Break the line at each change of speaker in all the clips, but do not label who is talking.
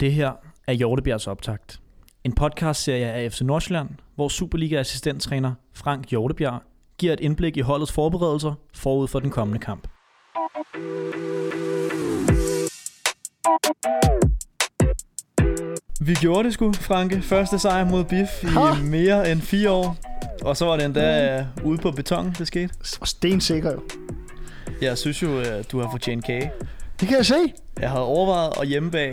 Det her er Hjortebjergs optakt. En podcastserie af FC Nordsjælland, hvor Superliga-assistenttræner Frank Hjortebjerg giver et indblik i holdets forberedelser forud for den kommende kamp. Vi gjorde det sgu, Franke. Første sejr mod BIF i
Ha!
mere end fire år. Og så var det endda
Mm.
øh, ude på beton, det skete.
Og stensikker jo.
Jeg synes jo, øh, du har fortjent kage.
Det kan jeg se.
Jeg havde overvejet at hjemme bag,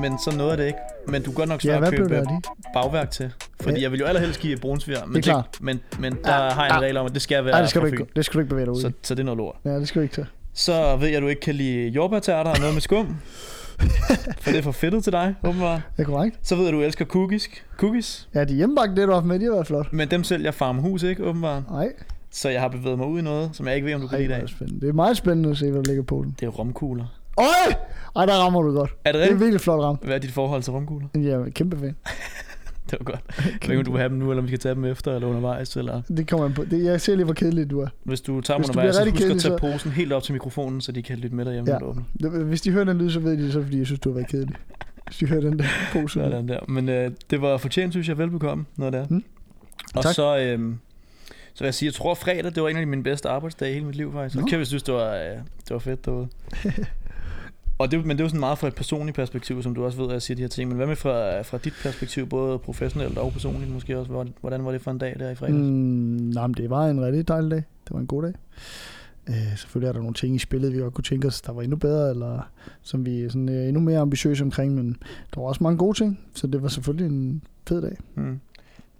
men så nåede jeg det ikke. Men du kan godt nok
Ja,
snart
hvad blev
købe
det af
øh,
de?
bagværk til. Fordi
Ja.
jeg vil jo allerhelst give brunsviger, men,
klart.
men, men der
Ja,
har jeg
ja.
en regel om, at det skal være
Nej, det skal, du
fra
ikke,
Fyn.
det skal du ikke bevæge dig ud
Så,
i.
så det er noget lort.
Ja, det skal du ikke til.
Så ved jeg, at du ikke kan lide jordbærtærter og noget med skum. for det er for fedtet til dig, åbenbart.
Det er korrekt.
Så ved jeg, at du elsker cookies. cookies.
Ja, de hjemmebagte det, du har haft med, de har været flot.
Men dem sælger farmhus, ikke åbenbart?
Nej,
Så jeg har bevæget mig ud i noget, som jeg ikke ved, om du kan
det
lide i dag.
er spændende. Det er meget spændende at se, hvad der ligger på den.
Det er romkugler.
Øj! Ej, der rammer du godt.
Er det
Det er
rigtigt?
virkelig flot ramt.
Hvad er dit forhold til romkugler?
Jeg er kæmpe fan.
Det var godt. Jeg ved ikke, om du vil have dem nu, eller om vi skal tage dem efter, eller undervejs, eller...
Det kommer an på. Det, jeg ser lige, hvor kedelig du er.
Hvis du tager dem
Hvis du
undervejs,
bliver
så
rigtig
husk at tage
kedelig,
posen helt op til mikrofonen, så de kan lytte med derhjemme,
Ja.
ja. når du åbner.
Det- Hvis de hører den lyd, så ved de det, så er det, fordi jeg synes, du har været kedelig. Hvis de hører den der pose.
Sådan der. Men øh, det var fortjent, synes jeg. Velbekomme, når det er.
Mm.
Mm. Og
Tak.
så, øh, så vil jeg sige, jeg tror fredag, det var en af mine bedste arbejdsdage i hele mit liv, faktisk.
Nå.
Og kæft, jeg synes, det var, øh, det var fedt derude. Og det, men det er jo sådan meget fra et personligt perspektiv, som du også ved, at jeg siger de her ting. Men hvad med fra, fra dit perspektiv, både professionelt og personligt måske også? Hvordan- Hvordan var det for en dag der i fredag? Mm.
Mm, nej, men det var en rigtig dejlig dag. Det var en god dag. Øh, selvfølgelig er der nogle ting i spillet, vi godt kunne tænke os, der var endnu bedre, eller som vi er sådan, øh, endnu mere ambitiøse omkring, men der var også mange gode ting, så det var selvfølgelig en fed dag.
Mm.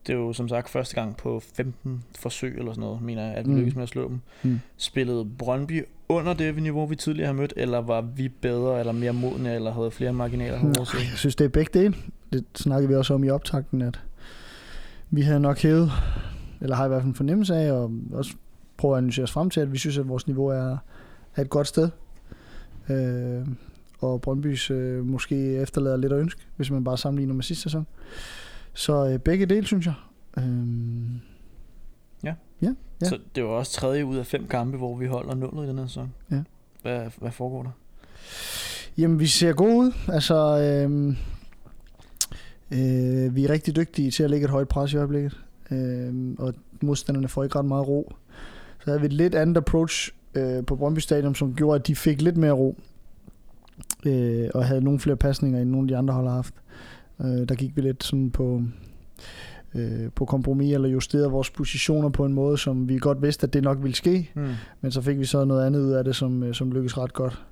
Det er jo som sagt første gang på 15 forsøg eller sådan noget, mener jeg, at vi
Mm.
mm. lykkedes med at slå dem.
Mm.
Spillede Brøndby under det niveau, vi tidligere har mødt, eller var vi bedre, eller mere modne, eller havde flere marginaler på vores
Nej,
side?
jeg synes, det er begge dele. Det snakkede vi også om i optakten, at vi havde nok hævet, eller har i hvert fald en fornemmelse af, og også prøver at analysere os frem til, at vi synes, at vores niveau er, er et godt sted. Øh, og Brøndbys øh, måske efterlader lidt at ønske, hvis man bare sammenligner med sidste sæson. Så øh, begge dele, synes jeg. Øh, Ja.
Ja. Så det var også tredje ud af fem kampe, hvor vi holder nullet i den her sæson.
Ja.
Hvad, hvad foregår der?
Jamen, vi ser gode ud. Altså, øhm, øh, vi er rigtig dygtige til at lægge et højt pres i øjeblikket, øhm, og modstanderne får ikke ret meget ro. Så havde vi et lidt andet approach øh, på Brøndby Stadium, som gjorde, at de fik lidt mere ro, øh, og havde nogle flere pasninger, end nogle af de andre hold har haft. Øh, der gik vi lidt sådan på øh, på kompromis, eller justerede vores positioner på en måde, som vi godt vidste, at det nok ville ske.
Mm.
Men så fik vi så noget andet ud af det, som, øh, som lykkedes ret godt.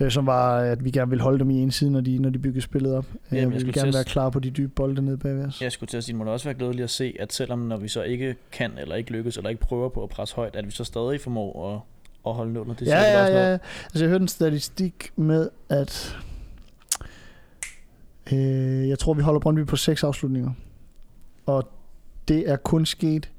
Øh, Som var, øh, at vi gerne ville holde dem i en side, når de, når de byggede spillet op.
Jamen,
Jamen,
jeg
vi ville
skulle
gerne
til
være
at-
klar på de dybe bolde nede bagved os.
Jeg skulle til at sige, det må da også være glædeligt at se, at selvom når vi så ikke kan, eller ikke lykkes, eller ikke prøver på at presse højt, at vi så stadig formår at, at holde nullet. Det
ja,
siger vel også
ja,
noget.
ja. Altså, jeg hørte en statistik med, at øh, jeg tror, vi holder Brøndby på seks afslutninger. Og det er kun sket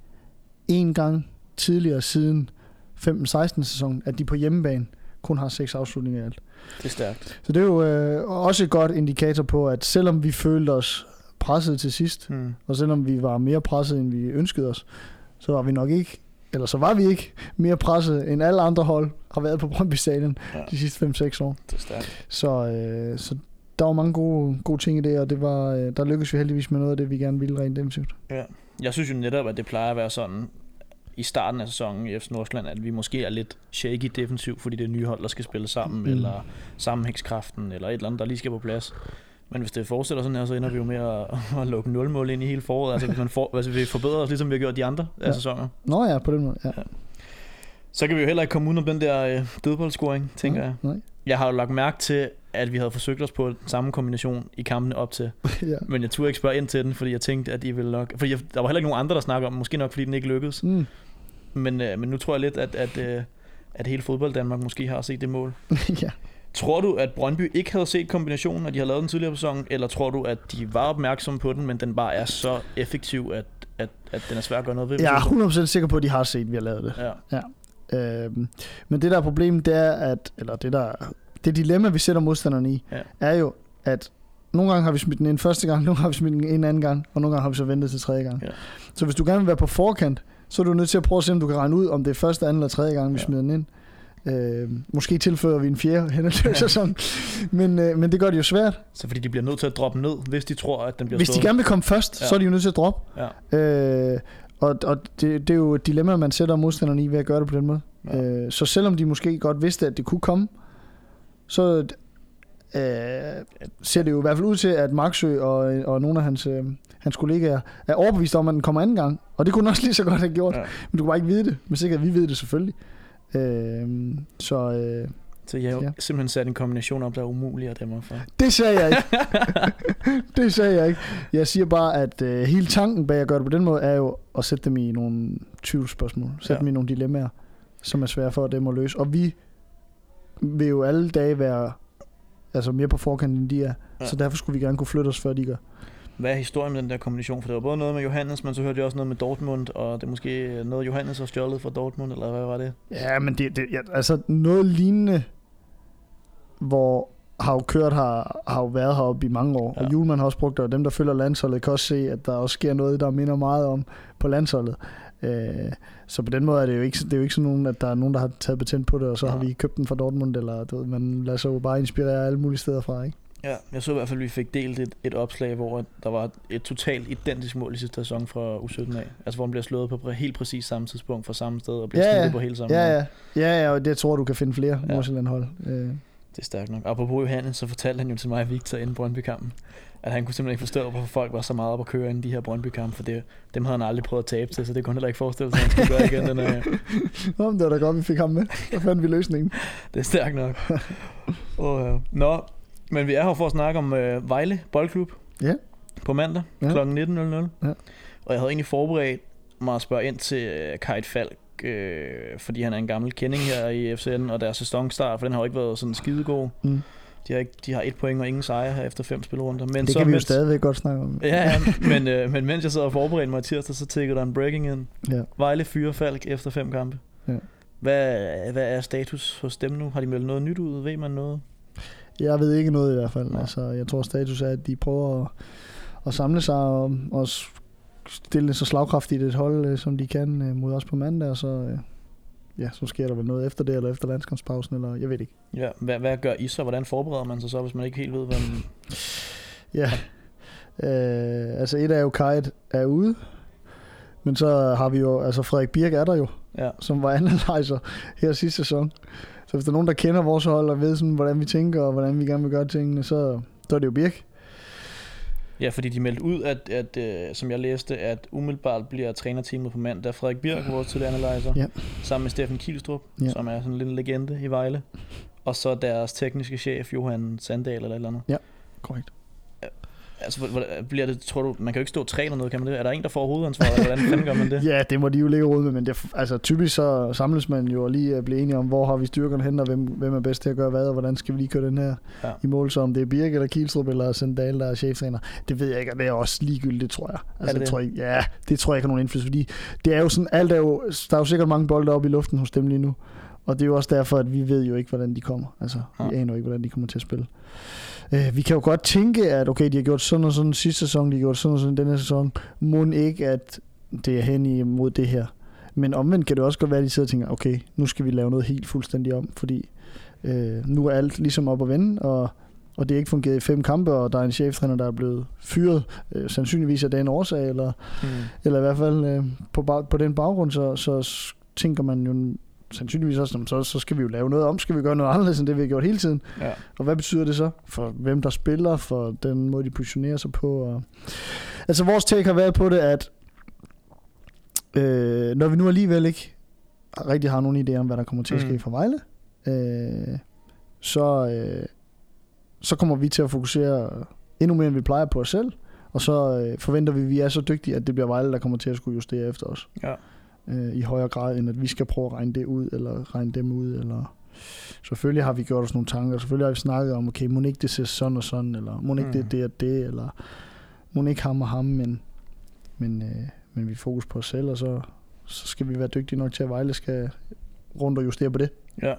én gang tidligere siden 15-16 sæsonen, at de på hjemmebane kun har seks afslutninger i alt.
Det er stærkt.
Så det er jo øh, også et godt indikator på, at selvom vi følte os presset til sidst,
Mm.
og selvom vi var mere presset, end vi ønskede os, så var vi nok ikke, eller så var vi ikke mere presset, end alle andre hold har været på Brøndby Stadion
Ja.
de sidste 5-6 år.
Det er stærkt.
Så, øh, så der var mange gode, gode ting i det, og det var, øh, der lykkedes vi heldigvis med noget af det, vi gerne ville rent defensivt.
Jeg synes jo netop, at det plejer at være sådan i starten af sæsonen i FC Nordsjælland, at vi måske er lidt shaky defensiv, fordi det er nye hold, der skal spille sammen,
Mm.
mm. eller sammenhængskraften, eller et eller andet, der lige skal på plads. Men hvis det fortsætter sådan her, så ender vi jo med at, at lukke 0 mål ind i hele foråret. Altså hvis man for, altså, vi forbedrer os, ligesom vi har gjort de andre
Ja.
af sæsoner.
Nå ja, på den måde. Ja.
Så kan vi jo heller ikke komme uden om den der øh, dødboldscoring, tænker jeg.
Nej.
Jeg har jo lagt mærke til, at vi havde forsøgt os på den samme kombination i kampene op til.
ja.
Men jeg turde ikke spørge ind til den, fordi jeg tænkte, at I ville nok... Fordi jeg, der var heller ikke nogen andre, der snakkede om den. Måske nok, fordi den ikke lykkedes.
Mm.
Men, øh, men nu tror jeg lidt, at, at, øh, at hele fodbold Danmark måske har set det mål.
ja.
Tror du, at Brøndby ikke havde set kombinationen, og de har lavet den tidligere på sæsonen, eller tror du, at de var opmærksomme på den, men den bare er så effektiv, at, at, at den er svær at gøre noget ved? hvis
Jeg
du tror-
er 100% sikker på, at de har set, at vi har lavet det.
Ja.
Øhm, men det der er problemet, det er, at, eller det der, det dilemma, vi sætter modstanderne i, ja.
Ja.
er jo, at nogle gange har vi smidt den ind første gang, nogle gange har vi smidt den ind anden gang, og nogle gange har vi så ventet til tredje gang. Ja.
Ja.
Så hvis du gerne vil være på forkant, så er du nødt til at prøve at se, om du kan regne ud, om det er første, anden eller tredje gang, vi ja.
Ja.
smider den ind. Øh, måske tilføjer vi en fjerde hen sæson, men, øh, men det gør det jo svært.
Så fordi de bliver nødt til at droppe ned, hvis de tror, at den bliver
Hvis de
slået.
gerne vil komme først,
Ja.
ja. så er de jo nødt til at droppe.
Ja.
Øh, og og det, det er jo et dilemma, man sætter modstanderne i ved at gøre det på den måde.
Ja.
Ja. Øh, så selvom de måske godt vidste, at det kunne komme, så øh, ser det jo i hvert fald ud til, at Maxø og, og nogle af hans, øh, hans kollegaer er overbevist om, at den kommer anden gang. Og det kunne den også lige så godt have gjort.
Ja.
Ja. Men du kunne bare ikke vide det. Men sikkert, vi ved det selvfølgelig. Øh, så øh,
Så jeg har jo
Ja.
simpelthen sat en kombination op, der er umulig at dæmme for.
det sagde jeg ikke. det sagde jeg ikke. Jeg siger bare, at øh, hele tanken bag at gøre det på den måde, er jo at sætte dem i nogle tvivlsspørgsmål. Sætte
Ja.
ja. dem i nogle dilemmaer, som er svære for dem at løse. Og vi vil jo alle dage være altså mere på forkant, end de er.
Ja.
Ja. Så derfor skulle vi gerne kunne flytte os, før de gør.
Hvad er historien med den der kombination? For det var både noget med Johannes, men så hørte jeg også noget med Dortmund, og det er måske noget, Johannes har stjålet fra Dortmund, eller hvad var det?
Ja, men det, det ja, altså noget lignende, hvor har jo kørt har, har jo været heroppe i mange år, ja.
Ja.
og Julemand har også brugt det, og dem, der følger landsholdet, kan også se, at der også sker noget, der minder meget om på landsholdet. Øh, så på den måde er det jo ikke, det er jo ikke sådan nogen, at der er nogen, der har taget patent på det, og så ja. har
Nej.
vi købt den fra Dortmund, eller du ved, man lader sig jo bare inspirere alle mulige steder fra, ikke?
Ja, jeg så i hvert fald, at vi fik delt et, et opslag, hvor der var et totalt identisk mål i sidste sæson fra U17 af. Altså, hvor han bliver slået på præ- helt præcis samme tidspunkt fra samme sted, og bliver
Ja,
ja,
ja.
snittet på hele samme
Ja,
måde.
ja. Ja, ja, og det tror jeg, du kan finde flere
Ja.
ja. Nordsjælland-hold. Øh,
Det er stærkt nok. Apropos Johannes, så fortalte han jo til mig, Victor, inden Brøndby-kampen, at han kunne simpelthen ikke forstå, hvorfor folk var så meget op at køre inden de her Brøndby-kampe, for det, dem havde han aldrig prøvet at tabe til, så det kunne han heller ikke forestille sig, at han skulle gøre igen den her.
Nå, men det var da godt, vi fik ham med. Der fandt vi løsningen.
Det er stærkt nok. Og, øh, nå, men vi er her for at snakke om øh, Vejle Boldklub
Ja.
på mandag
Ja.
kl. 19.00.
Ja.
Og jeg havde egentlig forberedt mig at spørge ind til øh, Kajt Falk, øh, fordi han er en gammel kending her i FCN, og deres sæsonstart, for den har jo ikke været sådan skidegod.
Mm.
De har, ikke, de har et point og ingen sejre her efter fem spilrunder. Men
Det
så
kan vi jo
mens-
stadigvæk godt snakke om.
Ja, ja men, øh, men mens jeg sad og forberedte mig i tirsdag, så tækkede der en breaking ind.
Ja.
Vejle fyrer Falk efter fem kampe.
Ja.
Hvad, hvad er status hos dem nu? Har de meldt noget nyt ud? Ved man noget?
Jeg ved ikke noget i hvert fald.
Nej.
Altså, jeg tror status er, at de prøver at, at samle sig og, og s- stille så slagkraftigt et hold, øh, som de kan øh, mod os på mandag, og så, øh, ja, så sker der vel noget efter det, eller efter landskampspausen, eller jeg ved ikke.
Ja, hvad, hvad gør I så? Hvordan forbereder man sig så, hvis man ikke helt ved, hvad man...
Ja, øh, altså et er jo Kajt er ude, men så har vi jo, altså Frederik Birk er der jo,
Ja,
som var analyzer her sidste sæson. Så hvis der er nogen, der kender vores hold og ved, sådan, hvordan vi tænker og hvordan vi gerne vil gøre tingene, så, så er det jo Birk.
ja fordi de meldte ud, at, at øh, som jeg læste, at umiddelbart bliver trænerteamet på mandag Frederik Birk, vores tidligere analyser,
Ja.
sammen med Steffen Kielstrup,
Ja.
som er sådan en lille legende i Vejle, og så deres tekniske chef, Johan Sandal eller et eller andet.
Korrekt.
Altså, hvor- hvor- bliver det, tror du, man kan jo ikke stå og træne noget, kan man det? Er der en, der får hovedansvaret, eller hvordan fanden gør man det?
Ja, det må de jo ligge råd med, men det, altså, typisk så samles man jo og lige øh, bliver enige om, hvor har vi styrkerne hen, og hvem, hvem er bedst til at gøre hvad, og hvordan skal vi lige køre den her
Ja.
ja. i mål, så om det er Birk eller Kielstrup eller Sandal, der er cheftræner. Det ved jeg ikke, og det er også ligegyldigt, tror jeg. Altså,
det
jeg
det?
tror jeg, ja, det tror jeg ikke har nogen indflydelse, fordi det er jo sådan, alt er jo, der er jo sikkert mange bolde oppe i luften hos dem lige nu, og det er jo også derfor, at vi ved jo ikke, hvordan de kommer. Altså, vi
Ja.
aner jo ikke, hvordan de kommer til at spille. Øh, vi kan jo godt tænke, at okay, de har gjort sådan og sådan sidste sæson, de har gjort sådan og sådan denne sæson. Mund ikke, at det er hen imod det her. Men omvendt kan det også godt være, at de sidder og tænker, okay, nu skal vi lave noget helt fuldstændig om, fordi øh, nu er alt ligesom op at vende, og, og det er ikke fungeret i fem kampe, og der er en cheftræner, der er blevet fyret, øh, sandsynligvis af den årsag, eller,
Hmm.
eller i hvert fald øh, på, bag, på den baggrund, så, så s- tænker man jo sandsynligvis også, "Nå, men så, så skal vi jo lave noget om, skal vi gøre noget anderledes end det, vi har gjort hele tiden.
Ja.
Og hvad betyder det så for hvem, der spiller, for den måde, de positionerer sig på? Og... Altså vores take har været på det, at øh, når vi nu alligevel ikke rigtig har nogen idé om, hvad der kommer til at ske
Mm.
mm. for Vejle, øh, så, øh, så kommer vi til at fokusere endnu mere, end vi plejer på os selv. Og så øh, forventer vi, at vi er så dygtige, at det bliver Vejle, der kommer til at skulle justere efter os.
Ja.
Øh, I højere grad, end at vi skal prøve at regne det ud, eller regne dem ud, eller... Selvfølgelig har vi gjort os nogle tanker, selvfølgelig har vi snakket om, okay, må ikke det ser sådan og sådan, eller må ikke mm. det
Mm.
er det og det, eller må ikke ham og ham, men, men, øh, men vi er fokus på os selv, og så, så skal vi være dygtige nok til, at Vejle skal rundt og justere på det.
Ja.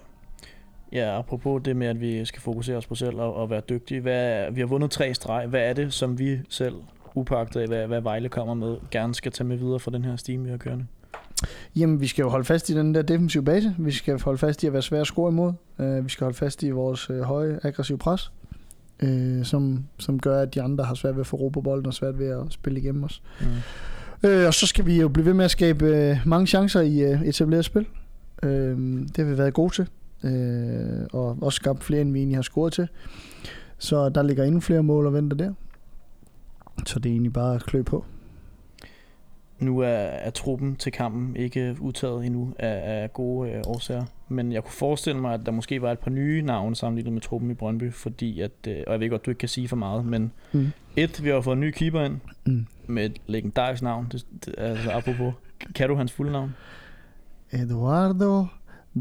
Ja, apropos det med, at vi skal fokusere os på selv og, og være dygtige. Hvad er, vi har vundet tre streg. Hvad er det, som vi selv upagtet af, hvad, hvad Vejle kommer med, gerne skal tage med videre fra den her stime, vi har kørende?
Jamen, vi skal jo holde fast i den der defensive base. Vi skal holde fast i at være svære at score imod. Øh, vi skal holde fast i vores øh, høje, aggressive pres, øh, som, som gør, at de andre har svært ved at få ro på bolden og svært ved at spille igennem os.
Mm.
Øh, og så skal vi jo blive ved med at skabe øh, mange chancer i øh, etableret spil. Øh, det har vi været gode til. Øh, og også skabt flere, end vi egentlig har scoret til. Så der ligger endnu flere mål og venter der. Så det er egentlig bare at klø på.
Nu er, er truppen til kampen ikke udtaget endnu af, af gode øh, årsager, men jeg kunne forestille mig, at der måske var et par nye navne sammenlignet med truppen i Brøndby, fordi at, øh, og jeg ved godt, du ikke kan sige for meget, men
Mm.
et, vi har fået en ny keeper ind
Mm.
med et legendarisk navn, det, det, altså apropos, kan du hans fulde navn?
Eduardo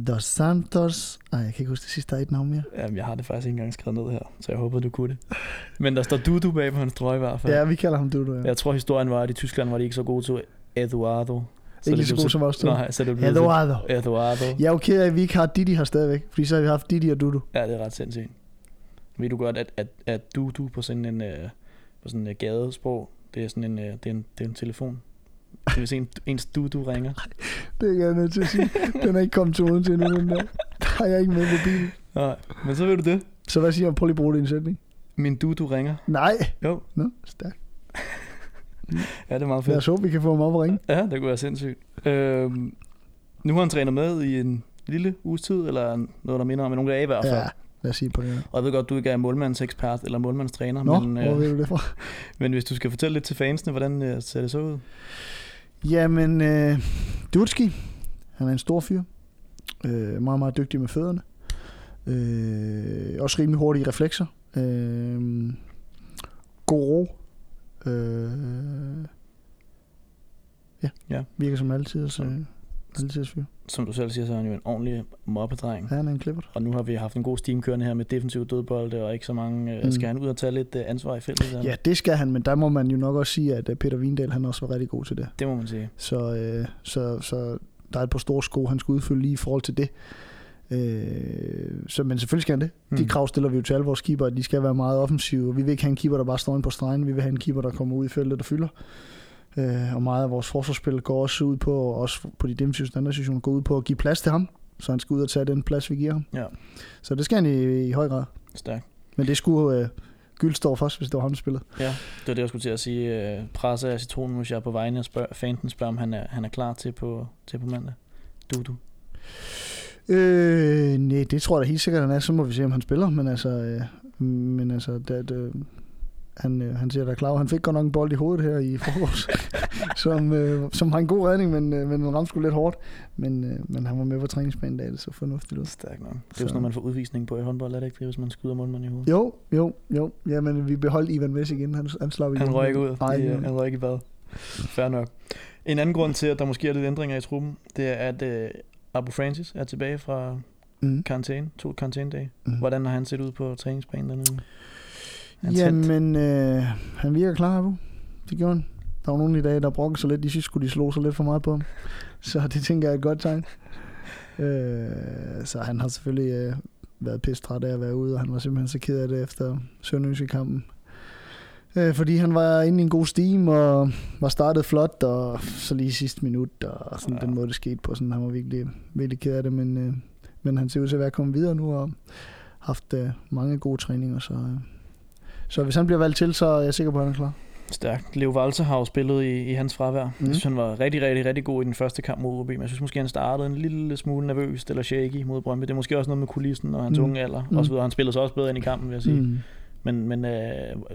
Dos Santos. Ej, jeg kan ikke huske det sidste, der er et navn mere.
Jamen, jeg har det faktisk ikke engang skrevet ned her, så jeg håber, du kunne det. Men der står Dudu bag på hans trøje i hvert fald.
Ja, vi kalder ham Dudu. Ja.
Jeg tror, historien var, at i Tyskland var de ikke så gode til Eduardo.
ikke lige så
blev
god som os to.
Nej, så det blev til
Eduardo.
Eduardo.
Jeg er okay, at vi ikke har Didi her stadigvæk, fordi så har vi haft Didi og Dudu.
Ja, det er ret sindssygt. Ved du godt, at, at, at du, du på sådan en, øh, på sådan en øh, gadesprog, det er sådan en, øh, det er en, det er en telefon. Det er, hvis en, ens du, du ringer.
Det er jeg nødt til at sige. Den er ikke kommet til uden til endnu, den der. Der er jeg ikke med på bilen.
Nej, men så ved du det.
Så hvad siger man? Prøv lige at bruge det i en sætning.
Min du, du ringer.
Nej.
Jo.
Nå, stærkt.
Ja, det er meget
Lad
fedt.
os håbe, vi kan få ham op og ringe.
Ja, det kunne være sindssygt. Øhm, nu har han trænet med i en lille uges tid, eller noget, der minder om nogle dage i hvert fald.
Ja,
Ja.
lad os sige på det her.
Og jeg ved godt, du ikke er målmandsekspert eller målmandstræner,
Nå,
men,
hvor
øh,
ved du det fra?
men hvis du skal fortælle lidt til fansene, hvordan øh, ser det så ud?
Jamen, øh, Dutski, han er en stor fyr. Øh, meget, meget dygtig med fødderne. Øh, også rimelig hurtige reflekser. Øh, god ro. Øh, ja,
Ja.
virker som altid. Så,
Som-
altid fyr.
Som du selv siger, så er han jo en ordentlig mobbedreng.
Ja, han er en klippert.
Og nu har vi haft en god steam kørende her med defensiv dødbolde og ikke så mange. Øh,
Mm.
Skal han ud og tage lidt øh, ansvar i feltet? så?
Ja, det skal han, men der må man jo nok også sige, at øh, Peter Vindal han også var rigtig god til det.
Det må man sige.
Så, øh, så, så der er et par store sko, han skal udfylde lige i forhold til det. Øh, så, men selvfølgelig skal han det. Mm. De
Mm.
krav stiller vi jo til alle vores keeper, at de skal være meget offensive. Vi vil ikke have en keeper, der bare står inde på stregen. Vi vil have en keeper, der kommer ud i feltet og fylder. Øh, og meget af vores forsvarsspil går også ud på, og også på de defensive standardstationer, går ud på at give plads til ham. Så han skal ud og tage den plads, vi giver ham.
Ja.
Så det skal han i, i høj grad.
Stærkt.
Men det skulle øh, Gyldstorff også, hvis det var ham, der spillede.
Ja, det var det, jeg skulle til at sige. Øh, Presse af citronen, hvis jeg er på vegne og spørg, fansen spørger, om han er, han er klar til på, til på mandag. Du, du.
Øh, nej, det tror jeg da helt sikkert, han er. Så må vi se, om han spiller. Men altså, øh, men altså det, øh, han, øh, han siger da klar. Han fik godt nok en bold i hovedet her i forårs, som, øh, som var en god redning, men, øh, men den ramte sgu lidt hårdt. Men, øh, men han var med på træningsbanen, da det så fornuftigt ud.
Stærkt nok. Det er jo
Så-
sådan noget, man får udvisning på i håndbold, er det ikke det, hvis man skyder målmanden i hovedet?
Jo, jo, jo. Jamen, vi beholdt Ivan Messing igen. Han, han slap igen.
Han røg ikke ud.
Nej,
Nej,
ja.
de, han røg ikke i bad. Fair nok. En anden grund til, at der måske er lidt ændringer i truppen, det er, at øh, Abu Francis er tilbage fra
Mm.
karantæne, to karantænedage.
Mm.
Hvordan har han set ud på træningsbanen denne uge? Han er tæt.
Jamen, øh, han virker klar, Abu. Det gjorde han. Der var nogen i dag, der brokkede sig lidt. De synes, skulle de slog sig lidt for meget på ham. Så det tænker jeg er et godt tegn. Øh, så han har selvfølgelig øh, været pisse træt af at være ude, og han var simpelthen så ked af det efter Sønderjyske-kampen. Øh, fordi han var inde i en god steam, og var startet flot, og så lige sidste minut, og sådan
Ja.
ja. den måde, det skete på. Sådan, han var virkelig, virkelig ked af det, men, øh, men han ser ud til at være kommet videre nu, og haft øh, mange gode træninger, så... Øh, så hvis han bliver valgt til, så er jeg sikker på, at han er klar.
Stærkt. Leo Valse har jo spillet i, i hans fravær. Mm. Jeg
Mhm.
synes, han var rigtig, rigtig, rigtig god i den første kamp mod OB, men jeg synes måske, han startede en lille smule nervøst eller shaky mod Brøndby. Det er måske også noget med kulissen og hans mm.
Mhm.
unge alder mm.
Mhm.
og så videre. Han spillede så også bedre ind i kampen, vil jeg sige. Mm.
Mm.
Men, men øh,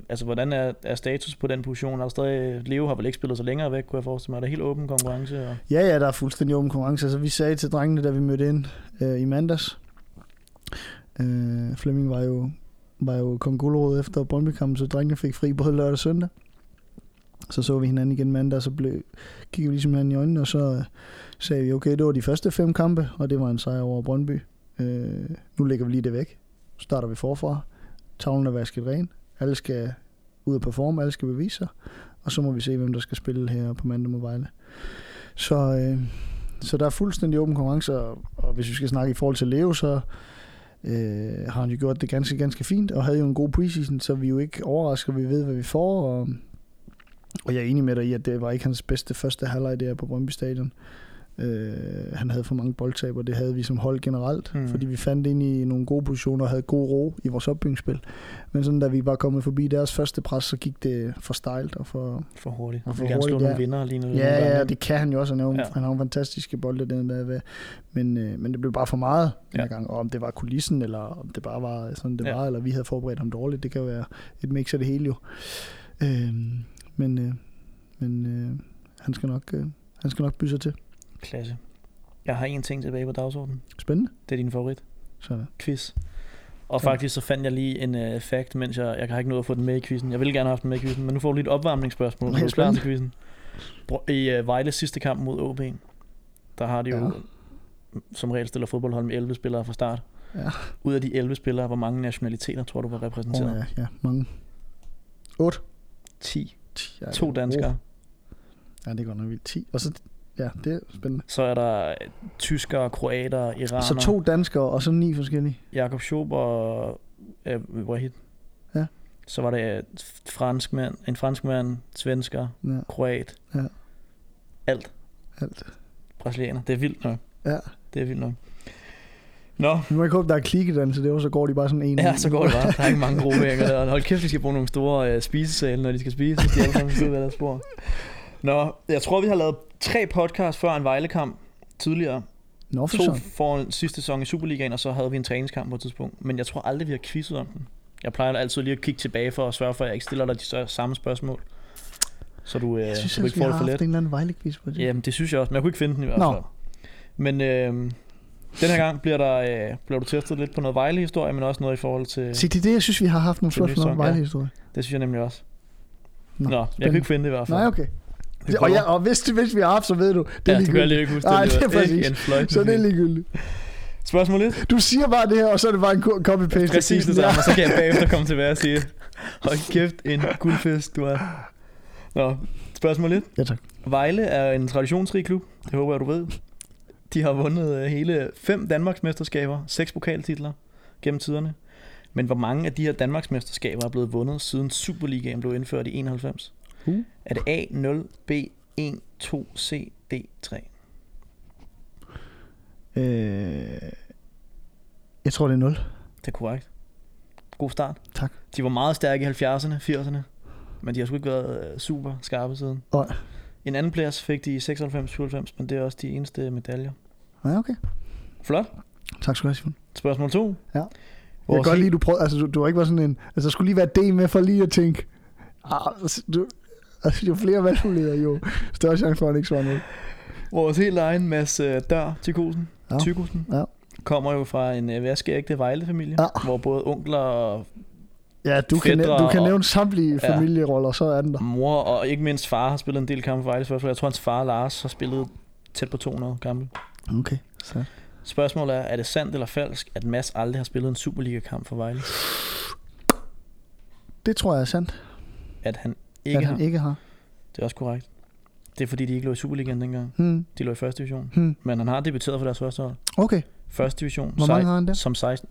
altså, hvordan er, er status på den position? Er der stadig, Leo har vel ikke spillet så længere væk, kunne jeg forestille mig. Er der helt åben konkurrence? Og,
Ja, ja, der er fuldstændig åben konkurrence. Altså, vi sagde til drengene, da vi mødte ind øh, i mandags. Øh, Flemming var jo, var jo kong gulerod efter Brøndby-kampen, så drengene fik fri både lørdag og søndag. Så så vi hinanden igen mandag, og så blev, kiggede vi ligesom hinanden i øjnene, og så øh, sagde vi, okay, det var de første fem kampe, og det var en sejr over Brøndby. Øh, nu lægger vi lige det væk. Så starter vi forfra. Tavlen er vasket ren. Alle skal ud og performe, alle skal bevise sig. Og så må vi se, hvem der skal spille her på mandag mod Vejle. Så, øh, så der er fuldstændig åben konkurrence, og, og hvis vi skal snakke i forhold til Leo, så øh, har han jo gjort det ganske, ganske fint, og havde jo en god preseason, så vi er jo ikke overrasket, vi ved, hvad vi får, og, og jeg er enig med dig i, at det var ikke hans bedste første halvleg der på Brøndby Stadion. Øh, han havde for mange boldtab, og det havde vi som hold generelt,
Mm.
mm. fordi vi fandt ind i nogle gode positioner og havde god ro i vores opbygningsspil. Men sådan, da vi var kommet forbi deres første pres, så gik det for stejlt og for...
For hurtigt.
Og
Han
for
vil gerne
hurtigt,
slå nogle
ja.
vinder lige nu.
Ja, ja, det kan han jo også. Han, er jo,
Ja.
ja. han har jo fantastiske bolde, den der, hvad- men, øh, men det blev bare for meget den
Ja.
ja. gang. Og om det var kulissen, eller om det bare var sådan, det
Ja.
ja. var, eller vi havde forberedt ham dårligt, det kan jo være et mix af det hele jo. Øh, men øh, men øh, han skal nok... Øh, han skal nok byde sig til.
Klasse. Jeg har en ting tilbage på dagsordenen.
Spændende.
Det er din favorit.
Sådan.
Quiz. Og
Sådan.
faktisk så fandt jeg lige en uh, fact, mens jeg, jeg har ikke nået at få den med i quizzen. Jeg ville gerne have haft den med i quizzen, men nu får du lige et opvarmningsspørgsmål, når
Okay,
du er klar til quizzen. Bro- I uh, Vejles sidste kamp mod OB, der har de jo
Ja.
som regel stiller fodboldhold med 11 spillere fra start.
Ja.
Ud af de 11 spillere, hvor mange nationaliteter tror du var repræsenteret?
Oh, ja, ja, mange. 8.
10.
10 ja, Uh.
To
det-
danskere.
Oh, ja, det er godt nok vildt. 10. Og så, ja, det er spændende.
Så er der øh, tyskere, kroater, iraner.
Så to danskere, og så ni forskellige.
Jakob Schob og øh, Wahid.
Ja.
Så var det øh, franskmand, en franskmand, svensker,
Ja,
kroat.
Ja.
Alt.
alt.
Brasilianer. Det er vildt nok.
Ja.
Det er vildt nok. Nå,
Nu må ikke håbe, der er klikkedans i det, så går de bare sådan en.
ja, så går det bare. Der er ikke mange grupperinger der. Og Hold kæft, de skal bruge nogle store øh, spisesale, når de skal spise. Så de alle sammen sidder ved deres bord. Nå, jeg tror, vi har lavet tre podcasts før en Vejlekamp tidligere.
Nå, for
To
sådan.
for sidste sæson i Superligaen, og så havde vi en træningskamp på et tidspunkt. Men jeg tror aldrig, vi har quizzet om den. Jeg plejer altid lige at kigge tilbage for at sørge for, at jeg ikke stiller dig de så- samme spørgsmål. Så du, øh,
Jeg synes,
du
jeg
ikke får
vi
det
har
for let.
haft en eller anden vejlekvis på det.
Jamen, det synes jeg også, men jeg kunne ikke finde den i hvert
Nå.
fald. Men øh, den her gang bliver, der, øh, bliver du testet lidt på noget Vejle-historie, men også noget i forhold til...
Se, det er det, jeg synes, vi har haft nogle
Det er
spørgsmål
lidt
om
sådan, ja.
vejlehistorie.
Det synes jeg nemlig også. Nå,
Nå,
Nå jeg kunne ikke finde det i hvert fald.
Nej, okay.
Det
Og,
prøver-
ja, og hvis, hvis vi har haft, så ved du. Det
ja,
er
det kan jeg
ligegyldigt.
lige ikke huske.
Nej,
var
det er præcis.
Ikke en fløjt.
Så det er ligegyldigt.
Spørgsmål lidt?
Du siger bare det her, og så er det bare en ko- copy-paste.
Præcis det samme, og så kan jeg bagefter komme tilbage og sige, hold kæft, en guldfisk, du er. Nå, spørgsmål lidt.
Ja, tak.
Vejle er en traditionsrig klub, det håber jeg, du ved. De har vundet øh, hele fem Danmarks mesterskaber, seks pokaltitler gennem tiderne. Men hvor mange af de her Danmarks mesterskaber er blevet vundet, siden Superligaen blev indført i 91?
Uh.
Er det A, 0, B, 1, 2, C, D, 3?
Øh, jeg tror, det er 0.
Det er korrekt. God start.
Tak.
De var meget stærke i 70'erne, 80'erne, men de har sgu ikke været øh, super skarpe siden.
Nej.
En anden plads fik de i 96-97, men det er også de eneste medaljer.
Ja, okay.
Flot.
Tak skal du have, Simon.
Spørgsmål 2.
Ja. Jeg kan
Vores
godt
he-
lide, du prøvede, altså du, du har ikke været sådan en, altså der skulle lige være D med for lige at tænke, ah, altså, du, altså, jo flere valgmuligheder, jo større chance for, at han ikke svarer noget.
Vores helt egen Mads øh, Dør Tykosen, ja.
Ja.
Tykosen
Ja.
kommer jo fra en øh, vaskeægte Vejle-familie,
Ja.
hvor både onkler og
Ja, du kan,
Fætre
næ- du kan
og-
nævne samtlige
Ja.
familieroller, så er den der.
mor og ikke mindst far har spillet en del kampe for Vejle. Spørgsmål. Jeg tror, hans far Lars har spillet tæt på 200 kampe.
Okay, så.
Spørgsmålet er, er det sandt eller falsk, at Mads aldrig har spillet en Superliga-kamp for Vejle?
Det tror jeg er sandt,
At han ikke
ikke at
har.
han ikke har.
Det er også korrekt. Det er fordi, de ikke lå i Superligaen dengang.
Hmm.
De lå i første division.
Hmm.
Men han har debuteret for deres første hold.
Okay,
Første division.
hvor mange har han der?
Som 16.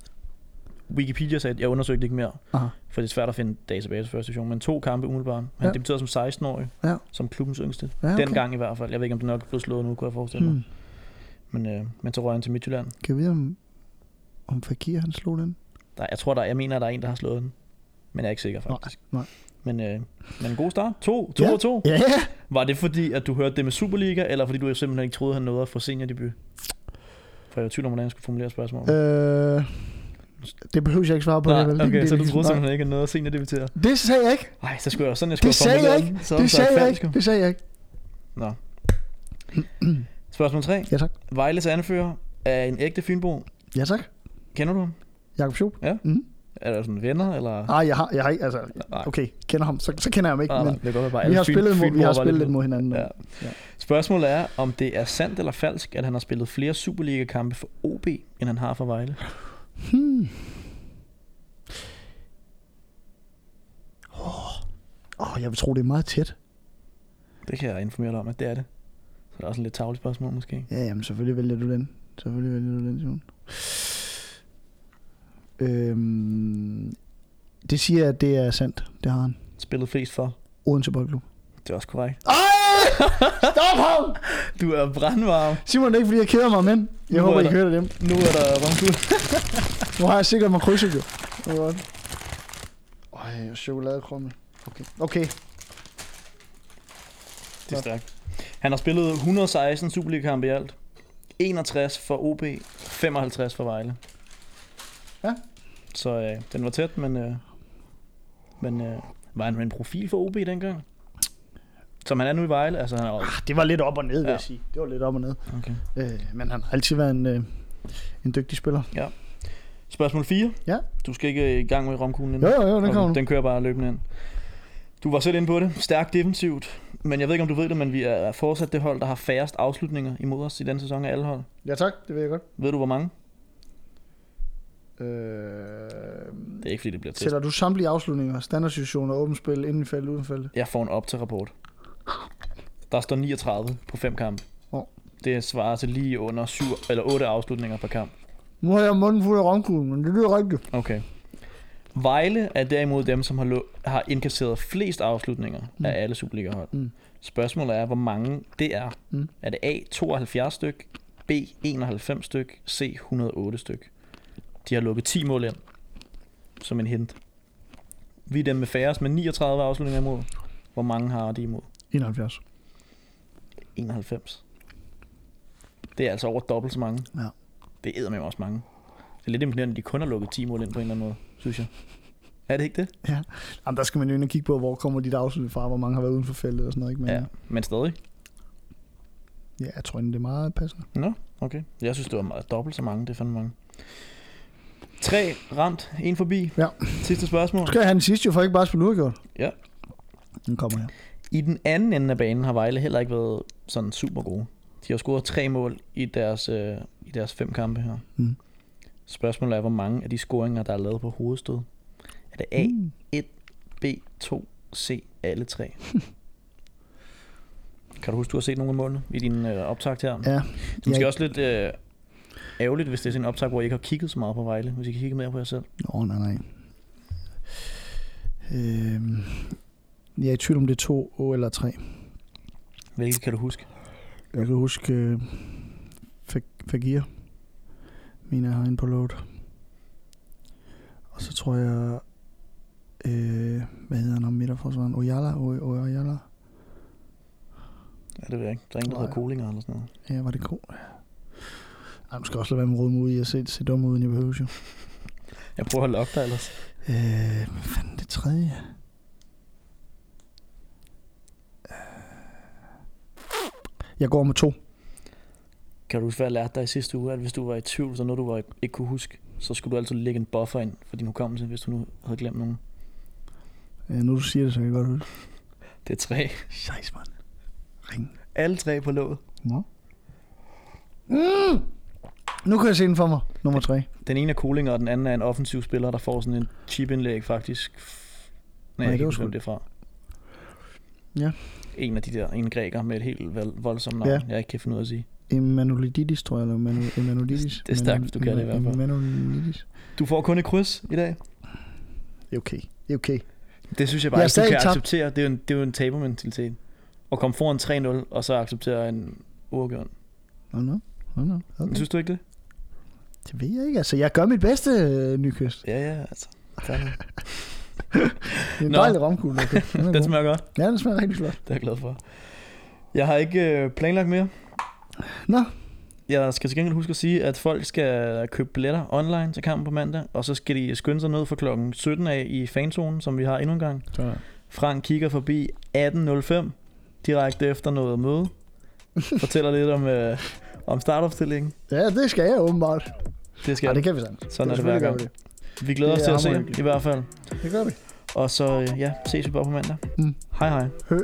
Wikipedia sagde, at jeg undersøgte ikke mere.
Aha.
For det er svært at finde database for første division. Men to kampe umiddelbart. Han ja.
Ja.
debuterede som 16-årig.
Ja.
Som klubbens yngste.
Ja,
Okay. Dengang i hvert fald. Jeg ved ikke, om det nok er blevet slået nu, kunne jeg forestille mig.
Hmm.
Men, øh, men så røg han til Midtjylland.
Kan vi vide, om, om Fakir han slog den?
Der, jeg tror, der, jeg mener, at der er en, der har slået den. Men jeg er ikke sikker faktisk.
nej.
Men, øh, men en god start. To, to
Ja.
og to.
Ja, yeah.
Var det fordi, at du hørte det med Superliga, eller fordi du jo simpelthen ikke troede, han nåede at få seniordebut? For jeg var i tvivl om, hvordan jeg skulle formulere spørgsmålet.
øh, det behøver jeg ikke svare på. det er vel
Nej,
din
okay,
del,
så du
ikke?
troede
Nej.
simpelthen ikke, at han nåede at seniordebutere.
Det sagde jeg ikke.
Nej, så skulle jeg sådan, jeg skulle
Det sagde jeg
formulere
ikke.
den. Så er den
Det
så
sagde jeg
falsk,
ikke.
jo.
Det sagde jeg ikke.
Nå. Spørgsmål 3.
Ja tak.
Vejles anfører er en ægte Fynbo.
Ja tak.
Kender du ham?
Jakob Schob.
Er der sådan venner, eller?
Nej, jeg har, jeg har ikke, altså,
Nej.
okay, kender ham, så, så kender jeg ham ikke,
Nej, nej, det
men
kan godt være bare
vi
alle
har
Fyn-
spillet, mod, vi
Fynboer
har
var
spillet
lidt-
mod hinanden.
Ja.
Ja.
Spørgsmålet er, om det er sandt eller falsk, at han har spillet flere Superliga-kampe for OB, end han har for Vejle.
Hmm. Åh, oh, jeg vil tro, det er meget tæt.
Det kan jeg informere dig om, at det er det. Så det er også en lidt tavligt spørgsmål, måske.
Ja, jamen selvfølgelig vælger du den. Selvfølgelig vælger du den, Simon. Øhm, det siger jeg, at det er sandt. Det har han.
Spillet flest for.
Odense Boldklub.
Det er også korrekt.
Ej! Stop ham!
Du er brandvarm.
Simon, det er ikke fordi, jeg keder mig, men jeg
Nu
håber,
er
I
der-
hørte dem.
Nu er der romkugler.
Nu har jeg sikkert mig krydset, jo. Det var godt. Øj, og chokoladekrummel. Okay. Okay.
Det er stærkt. Han har spillet 116 Superliga-kampe i alt. 61 for OB, 55 for Vejle.
Ja.
Så øh, den var tæt, men, øh, men øh, var han en profil for OB dengang? Som han er nu i Vejle? Altså, han er, jo-
Ah, det var lidt op og ned, vil
Ja.
jeg sige. Det var lidt op og ned.
okay.
Øh, men han har altid været en, øh, en dygtig spiller.
Spørgsmål 4.
Ja.
Du skal ikke øh, i gang med romkuglen endnu.
Jo, jo, jo, den
Okay,
kommer nu.
den kører bare løbende ind. Du var selv inde på det. Stærkt defensivt. Men jeg ved ikke, om du ved det, men vi er fortsat det hold, der har færrest afslutninger imod os i den sæson af alle hold.
Ja tak, det ved jeg godt.
Ved du, hvor mange?
Øh,
Det er ikke, fordi det bliver tæt.
tæller du samtlige afslutninger, standardsituationer, åbent spil, indenfelt, udenfelt?
Jeg får en op til rapport. Der står 39 på fem kampe.
Åh.
Det svarer til lige under 7 eller 8 afslutninger per kamp.
Nu har jeg munden fuld af romkuglen, men det lyder rigtigt.
Okay. Vejle er derimod dem, som har, lo- har indkasseret flest afslutninger mm.
Mm.
af alle Superliga-hold.
Mm.
Spørgsmålet er, hvor mange det er.
Mm.
Er det A, 72 styk, B, 91 styk, C, 108 styk? De har lukket 10 mål ind, som en hint. Vi er dem med færrest med 39 afslutninger imod. Hvor mange har de imod?
71.
91. Det er altså over dobbelt så mange.
Ja.
Det æder med også mange. Det er lidt imponerende, at de kun har lukket 10 mål ind på en eller anden måde, synes jeg. Er det ikke det?
Jamen, der skal man jo ind og kigge på, hvor kommer de der afslutninger fra, hvor mange har været uden for feltet og sådan noget. Ikke? Men,
Ja, men stadig.
ja, jeg tror egentlig, det er meget passende.
Okay. Jeg synes, det var meget dobbelt så mange. Det er fandme mange. Tre ramt, en forbi.
Ja.
Sidste spørgsmål.
Nu skal jeg have den sidste jo, for ikke bare at spille udgjort.
Ja.
Den kommer her.
I den anden ende af banen har Vejle heller ikke været sådan super gode. De har scoret tre mål i deres, øh, i deres fem kampe her.
Mm.
Spørgsmålet er, hvor mange af de scoringer, der er lavet på hovedstød. Er det A,
Mm.
B2, C, alle tre. kan du huske, du har set nogle af målene i din øh, optakt her?
Ja.
Det er måske
Ja.
også lidt øh, ærgerligt, hvis det er sådan en optakt, hvor I ikke har kigget så meget på Vejle, hvis I kan kigge mere på jer selv.
Nå, nej, nej. Øhm, jeg er i tvivl om det er to å eller tre.
Hvilket kan du huske?
Jeg kan huske øh, Fa- Fagir. Min er herinde på load. Og så tror jeg... Øh, hvad hedder han om midterforsvaren? Oyala? O- Oyala?
Ja, det ved jeg ikke. Der er ingen, der hedder
Nej.
Kolinger eller sådan noget.
Ja, var det god? Ej, nu skal jeg også lade være med at rode mig ud i at se, se dum ud, end jeg behøver jo.
Jeg prøver at holde op der ellers.
Øh, hvad fanden er det tredje? Øh, Jeg går med to.
Kan du huske, hvad jeg lærte dig i sidste uge, at hvis du var i tvivl, så noget du var, ikke kunne huske, så skulle du altid lægge en buffer ind for din hukommelse, hvis du nu havde glemt nogen.
Øh, nu du siger det, så kan jeg godt huske.
Det er tre.
Sejs, mand. Ring.
Alle tre på låget.
Nå. Mm! Nu kan jeg se den for mig. Nummer tre.
Den ene er Kolinger, og den anden er en offensiv spiller, der får sådan en chipindlæg faktisk. f- Nej,
Nej,
Nej
det
det
var
er
sgu-
det er fra.
Ja.
En af de der, en græker med et helt val- voldsomt navn,
Ja.
ja. jeg ikke kan finde ud af at sige.
Emanuelidis, tror jeg, eller Emanu- Emanuelidis.
Det er stærkt, hvis du kan det i hvert fald.
Emanuelidis.
Du får kun et kryds i dag.
Det er okay. Det er okay.
Det synes jeg
Jeg er
bare ikke, du
stadig
kan
tabt.
acceptere. Det er jo en, det er jo en tabermentalitet. At komme foran 3-0, og så acceptere en uafgjort.
Nå, nå. Nå, nå. Okay.
Synes du ikke det?
Det ved jeg ikke. Altså, jeg gør mit bedste, øh, Nykøst.
Ja, ja, altså. Fanden.
Det er en
Nå.
dejlig romkugle. Okay. Den, er
Den
god.
smager godt.
Ja, den smager rigtig flot.
Det er jeg glad for. Jeg har ikke øh, planlagt mere.
Nå.
Jeg skal til gengæld huske at sige, at folk skal købe billetter online til kampen på mandag, og så skal de skynde sig ned for klokken 17 af i fanzonen, som vi har endnu en gang. Frank kigger forbi 18.05, direkte efter noget møde. Fortæller lidt om, øh, om startopstillingen.
Ja, det skal jeg åbenbart.
Det
Ja,
skal
det kan vi sandt.
Sådan er det hver
Selvfølgelig gør
gang.
vi det.
Vi glæder os
Det er
til at se
hammerhyggeligt.
i hvert fald.
Det gør vi.
Og så øh, ja, ses vi bare på mandag.
Mm.
Hej hej.
Hø.